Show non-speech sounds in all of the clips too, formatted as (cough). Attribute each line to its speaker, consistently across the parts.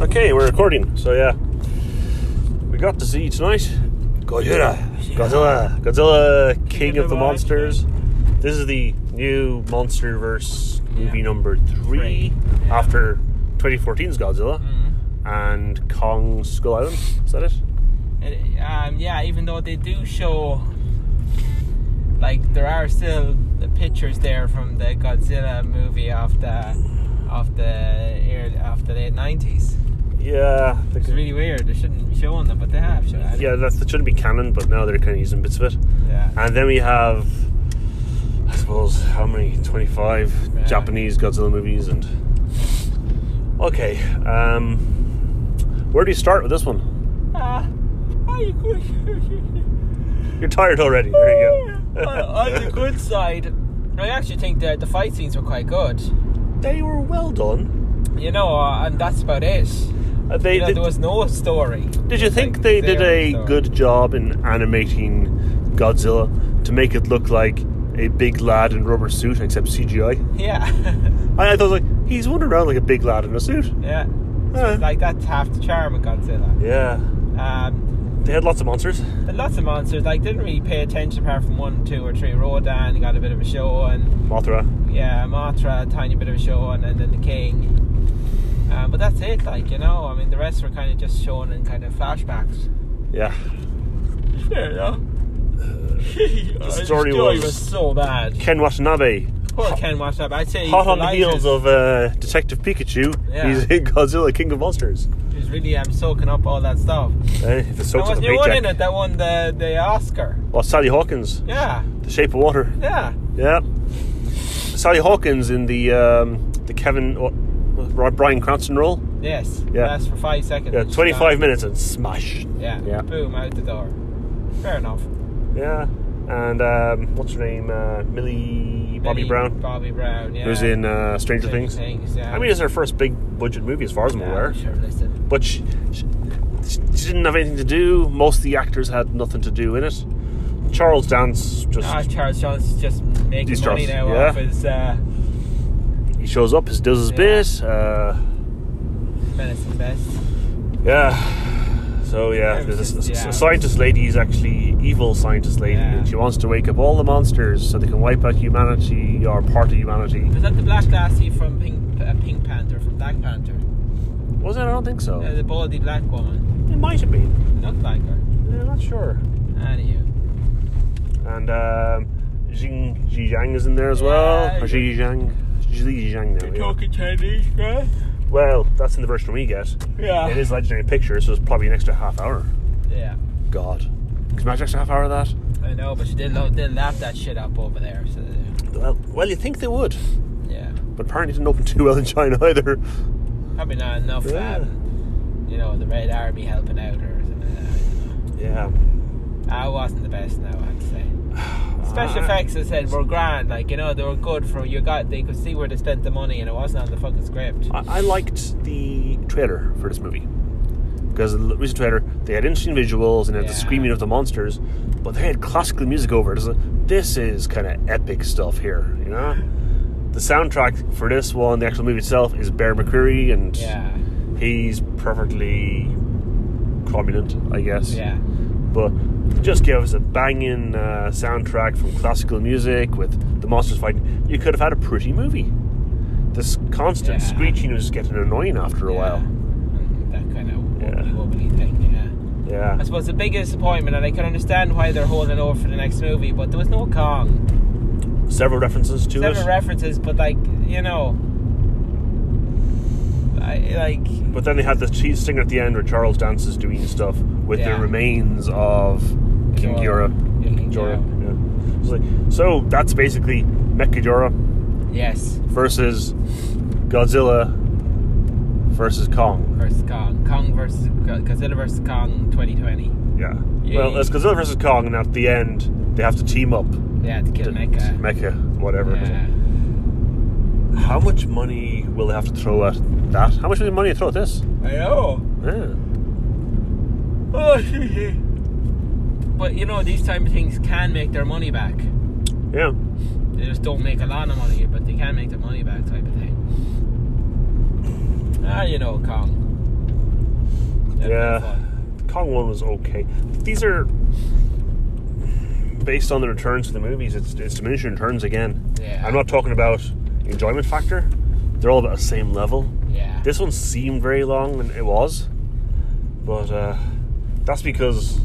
Speaker 1: Okay, we're recording. So yeah, we got to see tonight Godzilla, Godzilla, Godzilla, King, of the,
Speaker 2: Monsters.
Speaker 1: Monsters. This is the new MonsterVerse movie
Speaker 2: Yeah.
Speaker 1: number three
Speaker 2: Three. Yeah.
Speaker 1: after 2014's Godzilla
Speaker 2: Mhm.
Speaker 1: and Kong Skull Island. Is that it?
Speaker 2: And, um, yeah, even though they do show, like there are still the pictures there from the Godzilla movie of the of the ear- of the late nineties.
Speaker 1: Yeah, I think-
Speaker 2: It's really weird. They shouldn't be showing them, but they have shown. it.
Speaker 1: yeah. That's, that shouldn't be canon, but now they're kind of using bits of it.
Speaker 2: yeah.
Speaker 1: And then we have, I suppose, how many? 25
Speaker 2: Yeah.
Speaker 1: Japanese Godzilla movies and. Okay, um, where do you start with this one?
Speaker 2: Ah, on the good-
Speaker 1: You're tired already. There you (laughs) go.
Speaker 2: (laughs) on on the good side, I actually think that the fight scenes were quite good.
Speaker 1: they were well done.
Speaker 2: You know, uh, and that's about it.
Speaker 1: Uh, they,
Speaker 2: You know,
Speaker 1: did,
Speaker 2: there was no story. (laughs)
Speaker 1: did you think
Speaker 2: like
Speaker 1: they did
Speaker 2: zero
Speaker 1: a
Speaker 2: story.
Speaker 1: good job in animating Godzilla to make it look like a big lad in rubber suit, except CGI?
Speaker 2: Yeah. (laughs)
Speaker 1: I, I thought like he's wandering around like a big lad in a suit.
Speaker 2: Yeah.
Speaker 1: Yeah.
Speaker 2: Like that's half the charm of Godzilla.
Speaker 1: Yeah,
Speaker 2: Um,
Speaker 1: they had lots of monsters.
Speaker 2: but lots of monsters like didn't really pay attention apart from one, two, or three. Rodan got a bit of a show, and
Speaker 1: Mothra.
Speaker 2: yeah, Mothra a tiny bit of a show, and, and then the King. Um, but that's it. Like you know, I mean, the rest were kind of just shown in kind of flashbacks.
Speaker 1: Yeah.
Speaker 2: Fair (laughs) enough. the
Speaker 1: story was-
Speaker 2: was so bad.
Speaker 1: Ken Watanabe,
Speaker 2: Poor Ken Watanabe. I'd say he's
Speaker 1: hot on the
Speaker 2: delighted.
Speaker 1: heels of uh, Detective Pikachu,
Speaker 2: Yeah.
Speaker 1: he's in (laughs) Godzilla King of Monsters.
Speaker 2: He's really um, soaking up all that stuff.
Speaker 1: Uh, if it
Speaker 2: There
Speaker 1: soaks up
Speaker 2: was
Speaker 1: a
Speaker 2: new one in
Speaker 1: paycheck.
Speaker 2: it that won the the Oscar.
Speaker 1: Well, Sally Hawkins,
Speaker 2: Yeah,
Speaker 1: The Shape of Water.
Speaker 2: yeah.
Speaker 1: Yeah. Sally Hawkins in the um, the Kevin what, what, Brian Cranston role.
Speaker 2: Yes.
Speaker 1: Yeah.
Speaker 2: Lasts for five seconds.
Speaker 1: Yeah,
Speaker 2: and she's
Speaker 1: 25
Speaker 2: gone.
Speaker 1: minutes and smash.
Speaker 2: Yeah.
Speaker 1: Yeah.
Speaker 2: Boom, out the door. Fair enough.
Speaker 1: Yeah. And um, what's her name? Uh, Millie Bobby
Speaker 2: Millie
Speaker 1: Brown,
Speaker 2: Bobby Brown. Yeah.
Speaker 1: who's in uh, Stranger,
Speaker 2: Stranger
Speaker 1: Things.
Speaker 2: Things, yeah.
Speaker 1: I mean, it's her first big budget movie, as far as I'm
Speaker 2: yeah,
Speaker 1: aware.
Speaker 2: Sure, listen.
Speaker 1: but she, she, she didn't have anything to do. Most of the actors had nothing to do in it. Charles Dance just
Speaker 2: Ah, Charles Johnson's just making
Speaker 1: These
Speaker 2: money
Speaker 1: Charles-
Speaker 2: now
Speaker 1: yeah.
Speaker 2: off his uh,
Speaker 1: he shows up, he does his
Speaker 2: Yeah.
Speaker 1: bit. Uh,
Speaker 2: Menace and Best.
Speaker 1: yeah. So yeah,
Speaker 2: It was
Speaker 1: there's a,
Speaker 2: just-
Speaker 1: a- a
Speaker 2: yeah.
Speaker 1: scientist lady is actually evil scientist lady,
Speaker 2: Yeah.
Speaker 1: and she wants to wake up all the monsters so they can wipe out humanity or part of humanity.
Speaker 2: Was that the Black Lassie from Pink, uh, Pink Panther, from Black Panther?
Speaker 1: Was it? I don't think so.
Speaker 2: Uh, the baldy black woman.
Speaker 1: It might have been.
Speaker 2: Looked like her.
Speaker 1: I'm not sure.
Speaker 2: Anywho.
Speaker 1: Oh, And um, Jing Zhang is in there as well.
Speaker 2: Yeah,
Speaker 1: Or Xi Zhang. Xi Zhang now.
Speaker 2: You're
Speaker 1: yeah.
Speaker 2: talking Chinese, right?
Speaker 1: Well, that's in the version we get.
Speaker 2: Yeah.
Speaker 1: It is legendary picture, so it's probably an extra half hour.
Speaker 2: Yeah.
Speaker 1: God. Can you imagine an extra half hour of that?
Speaker 2: I know, but she did, lo- did lap that shit up over there. So,
Speaker 1: Well, well, you think they would,
Speaker 2: yeah.
Speaker 1: but apparently it didn't open too well in China (laughs) either.
Speaker 2: Probably not enough.
Speaker 1: Yeah.
Speaker 2: Um, you know, the Red Army helping out or something. Like that.
Speaker 1: Yeah.
Speaker 2: I wasn't the best now, I have to
Speaker 1: (sighs)
Speaker 2: say. Special
Speaker 1: Ah.
Speaker 2: effects, I said, were grand. Like you know, they were good for you. Got they could see where they spent the money, and it wasn't on the fucking script.
Speaker 1: I, I liked the trailer for this movie. Because the recent trailer, they had interesting visuals and they had the
Speaker 2: Yeah.
Speaker 1: screaming of the monsters, but they had classical music over it. It's like, This is kind of epic stuff here, you know? The soundtrack for this one, the actual movie itself, is Bear McCreary and
Speaker 2: Yeah,
Speaker 1: he's perfectly prominent, I guess.
Speaker 2: yeah,
Speaker 1: But just gave us a banging uh, soundtrack from classical music with the monsters fighting. You could have had a pretty movie. This constant
Speaker 2: Yeah.
Speaker 1: screeching was getting annoying after a
Speaker 2: yeah.
Speaker 1: while.
Speaker 2: And That kind of
Speaker 1: Yeah.
Speaker 2: wobbly wobbly thing. Yeah.
Speaker 1: Yeah.
Speaker 2: I suppose the big disappointment, and I can understand why they're holding over for the next movie, but there was no Kong.
Speaker 1: Several references to
Speaker 2: Several
Speaker 1: it.
Speaker 2: references, but like you know, I like
Speaker 1: but then they had the cheese stinger at the end where Charles Dance is doing stuff with
Speaker 2: Yeah.
Speaker 1: the remains of King
Speaker 2: Ghidorah.
Speaker 1: Ghidorah.
Speaker 2: Yeah, King
Speaker 1: Jorah. Yeah. It's like- so that's basically Mecha Jorah.
Speaker 2: Yes,
Speaker 1: versus Godzilla versus Kong.
Speaker 2: versus Kong. Kong versus Godzilla versus Kong 2020.
Speaker 1: Yeah.
Speaker 2: Yay.
Speaker 1: Well, it's Godzilla versus Kong, and at the end they have to team up.
Speaker 2: Yeah, to kill
Speaker 1: to- to
Speaker 2: Mecha.
Speaker 1: Mecha, whatever.
Speaker 2: Yeah.
Speaker 1: How much money will they have to throw at that? How much money they throw at this?
Speaker 2: I know.
Speaker 1: Yeah.
Speaker 2: but you know, these type of things can make their money back.
Speaker 1: Yeah.
Speaker 2: They just don't make a lot of money, but they can make their money back, type of thing. Ah, you know, Kong. been
Speaker 1: yeah,
Speaker 2: fun.
Speaker 1: Kong One was okay. These are based on the returns to the movies. It's it's diminishing returns again.
Speaker 2: Yeah.
Speaker 1: I'm not talking about enjoyment factor. They're all about the same level.
Speaker 2: Yeah.
Speaker 1: This one seemed very long, and it was, but uh, that's because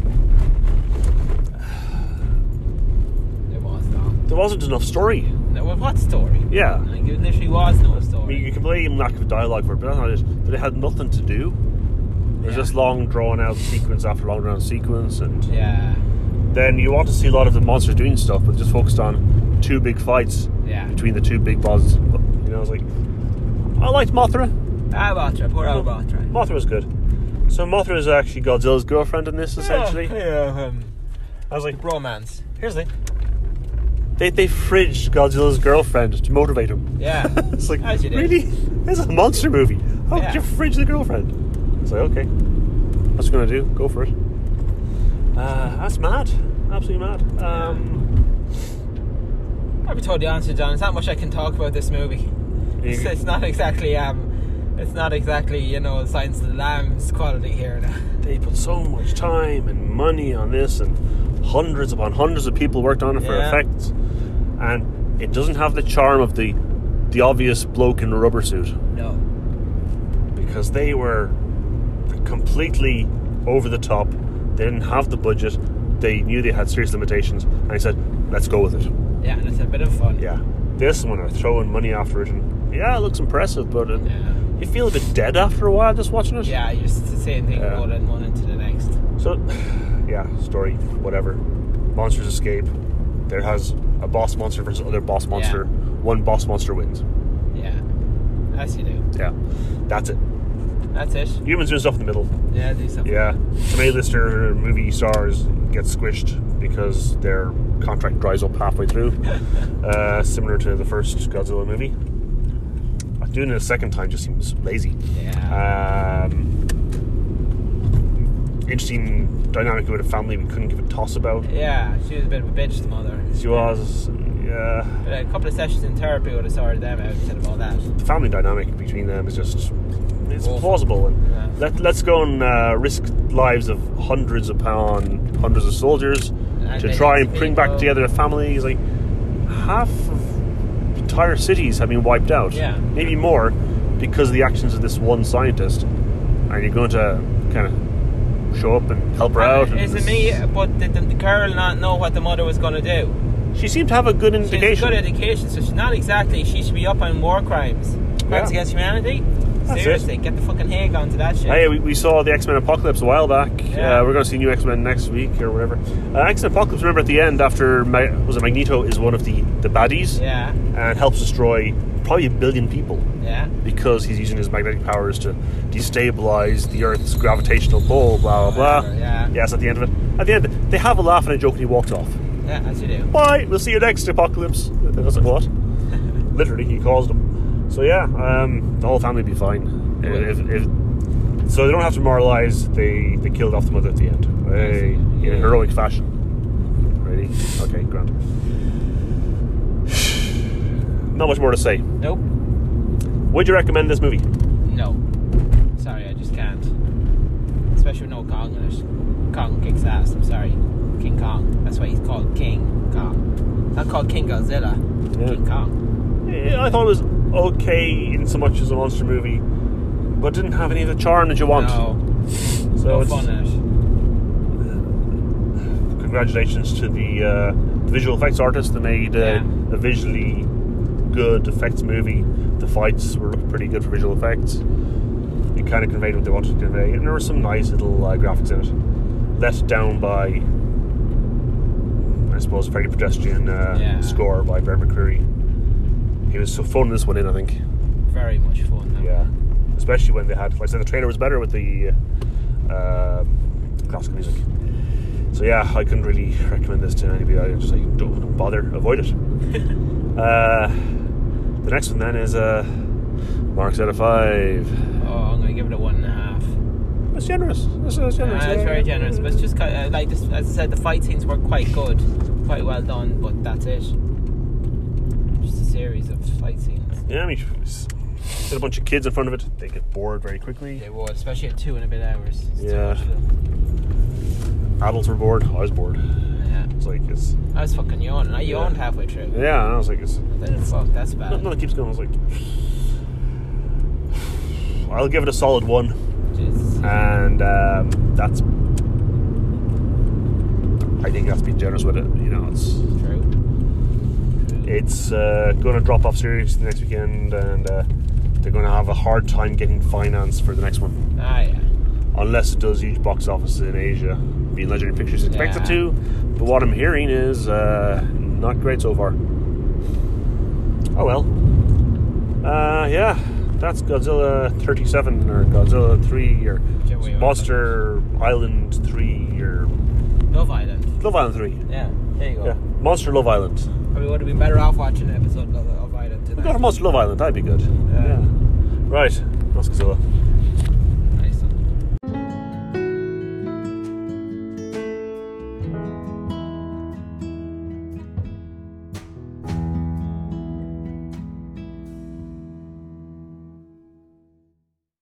Speaker 2: It was not.
Speaker 1: there wasn't enough story.
Speaker 2: No, well, what story?
Speaker 1: Yeah.
Speaker 2: Like, it literally was no
Speaker 1: I mean, you
Speaker 2: story.
Speaker 1: can blame lack of dialogue for it, but that's not it. But it had nothing to do. It was
Speaker 2: Yeah.
Speaker 1: just long, drawn out sequence after long, drawn out sequence, and
Speaker 2: Yeah.
Speaker 1: then you want to see a lot of the monsters doing stuff, but just focused on two big fights
Speaker 2: Yeah.
Speaker 1: between the two big bosses. You know, I was like, I liked Mothra.
Speaker 2: Albatra, poor Albatra.
Speaker 1: Mothra was good. So Mothra is actually Godzilla's girlfriend in this, essentially.
Speaker 2: Yeah, yeah, um,
Speaker 1: I was like,
Speaker 2: romance.
Speaker 1: here's the thing. They, they fridged Godzilla's girlfriend to motivate him.
Speaker 2: Yeah.
Speaker 1: (laughs) It's like,
Speaker 2: As you do.
Speaker 1: really? This is a monster movie. How
Speaker 2: Yeah.
Speaker 1: could you fridge the girlfriend? It's like, okay. What's it gonna do? Go for it. Uh, that's mad. Absolutely mad. Um,
Speaker 2: I'll be totally honest with you, John. There's not much I can talk about this movie. It's,
Speaker 1: you-
Speaker 2: it's not exactly um, it's not exactly you know Silence of the Lambs quality here. Now.
Speaker 1: they put so much time and money on this, and hundreds upon hundreds of people worked on it for
Speaker 2: Yeah.
Speaker 1: effects, and it doesn't have the charm of the the obvious bloke in a rubber suit
Speaker 2: No.
Speaker 1: because they were completely over the top. They didn't have the budget. They knew they had serious limitations, and I said, "Let's go with it."
Speaker 2: Yeah, and it's a bit of fun.
Speaker 1: Yeah, this one are throwing money after it, and yeah, it looks impressive, but it,
Speaker 2: Yeah.
Speaker 1: you feel a bit dead after a while just watching it.
Speaker 2: Yeah, you're just the same thing
Speaker 1: Yeah.
Speaker 2: rolling one into the next.
Speaker 1: So, (sighs) yeah, story, whatever. Monsters escape. There has a boss monster versus other boss monster. One boss monster wins.
Speaker 2: Yeah. As you do.
Speaker 1: Yeah, that's it.
Speaker 2: That's it.
Speaker 1: Humans do stuff in the middle.
Speaker 2: Yeah, do something.
Speaker 1: Yeah, some A-lister movie stars get squished because their contract dries up halfway through, uh, similar to the first Godzilla movie. Doing it a second time just seems lazy. Uh,
Speaker 2: Yeah.
Speaker 1: Um, interesting dynamic with a family we couldn't give a toss about.
Speaker 2: yeah, she was a bit of a bitch, the mother.
Speaker 1: She was, yeah.
Speaker 2: But uh, a couple of sessions in therapy would have sorted them out instead of all that.
Speaker 1: The family dynamic between them is just, it's
Speaker 2: Awful.
Speaker 1: plausible. And
Speaker 2: Yeah.
Speaker 1: let, let's go and uh, risk lives of hundreds upon hundreds of soldiers to
Speaker 2: millions
Speaker 1: try
Speaker 2: of
Speaker 1: and bring back
Speaker 2: people.
Speaker 1: together a family. It's like, half of entire cities have been wiped out.
Speaker 2: Yeah.
Speaker 1: Maybe more because of the actions of this one scientist. And you're going to kind of show up and help her out. and
Speaker 2: Uh, Is it
Speaker 1: this-
Speaker 2: me? But did the, the girl not know what the mother was going to do?
Speaker 1: She seemed to have a good
Speaker 2: She's
Speaker 1: indication.
Speaker 2: a good education, so she's not exactly. She should be up on war crimes, crimes
Speaker 1: Yeah.
Speaker 2: against humanity.
Speaker 1: That's it.
Speaker 2: Seriously, get the fucking Hague onto that shit.
Speaker 1: Hey, we, we saw the X Men Apocalypse a while back.
Speaker 2: Yeah.
Speaker 1: Uh, we're going to see new X Men next week or whatever. Uh, X Men Apocalypse, remember at the end, after Ma- was it Magneto is one of the the baddies
Speaker 2: Yeah,
Speaker 1: and helps destroy probably a billion people
Speaker 2: yeah,
Speaker 1: because he's using his magnetic powers to destabilize the Earth's gravitational pull. Blah blah blah.
Speaker 2: Whatever, yeah.
Speaker 1: Yes, at the end of it, at the end they have a laugh and a joke, and he walked off.
Speaker 2: yeah, as you do.
Speaker 1: Bye. We'll see you next apocalypse. And I was (laughs) like, what? Literally, he caused them. So yeah, um, the whole family would be fine. If, if, so they don't have to moralize. They they killed off the mother at the end, hey, in a heroic fashion. Ready? Okay, grand. (sighs) Not much more to say.
Speaker 2: Nope,
Speaker 1: Would you recommend this movie?
Speaker 2: no. Sorry, I just can't. Especially with no Kong in it. Kong kicks ass. I'm sorry, King Kong. That's why he's called King Kong. Not called King Godzilla.
Speaker 1: Yeah.
Speaker 2: King Kong.
Speaker 1: Eh, I thought it was okay in so much as a monster movie, but didn't have any of the charm that you want.
Speaker 2: No,
Speaker 1: so
Speaker 2: no
Speaker 1: it's-
Speaker 2: fun in it.
Speaker 1: congratulations to the uh, visual effects artist that made uh,
Speaker 2: Yeah.
Speaker 1: a visually good effects movie. The fights were looked pretty good for visual effects. It kind of conveyed what they wanted to convey, and there were some nice little uh, graphics in it. Let down by, I suppose, very pedestrian uh,
Speaker 2: Yeah.
Speaker 1: score by Brad McCreary. He was so phoning this one in, I think.
Speaker 2: Very much fun. that
Speaker 1: Yeah,
Speaker 2: one.
Speaker 1: especially when they had, like I said, the trailer was better with the uh, classical music. So yeah, I couldn't really recommend this to anybody. I just like don't, don't bother, avoid
Speaker 2: (laughs)
Speaker 1: it. uh, the next one then is uh, marks out of five.
Speaker 2: Oh, I'm gonna give it a one and a half.
Speaker 1: That's generous. That's, that's
Speaker 2: Uh,
Speaker 1: generous.
Speaker 2: it's very generous, but it's just kind of, like this, as I said, the fight scenes were quite good, quite well done, but that's it. Just a series of fight scenes.
Speaker 1: yeah, I mean, it's- Get a bunch of kids in front of it, they get bored very quickly.
Speaker 2: They would, especially at two and a bit hours. It's too
Speaker 1: Yeah.
Speaker 2: much for them.
Speaker 1: Adults were bored. I was bored.
Speaker 2: Yeah.
Speaker 1: It's like it's
Speaker 2: I was fucking yawning. I
Speaker 1: Yeah.
Speaker 2: yawned halfway through.
Speaker 1: yeah. and I was like it's
Speaker 2: Then fuck, that's bad.
Speaker 1: no, no, (laughs) it keeps going. I was like I'll give it a solid one,
Speaker 2: Jesus.
Speaker 1: and um, that's I think that's being generous with it. You know, it's
Speaker 2: True. True.
Speaker 1: it's uh, going to drop off seriously next weekend, and uh, they're going to have a hard time getting finance for the next one.
Speaker 2: ah, yeah.
Speaker 1: unless it does huge box offices in Asia. Being Legendary Pictures expected
Speaker 2: Yeah.
Speaker 1: to, but what I'm hearing is uh, not great so far. Oh well. Uh, yeah, that's Godzilla 37 or Godzilla 3 or
Speaker 2: Yeah, we are.
Speaker 1: Monster Island 3 or
Speaker 2: Love Island.
Speaker 1: Love Island 3.
Speaker 2: Yeah. There you go.
Speaker 1: Yeah, Monster Love Island.
Speaker 2: Probably would have been better off watching an episode of, of Island
Speaker 1: We got a
Speaker 2: tonight.
Speaker 1: Monster Love Island. That'd be good.
Speaker 2: Yeah.
Speaker 1: Right, that's Godzilla.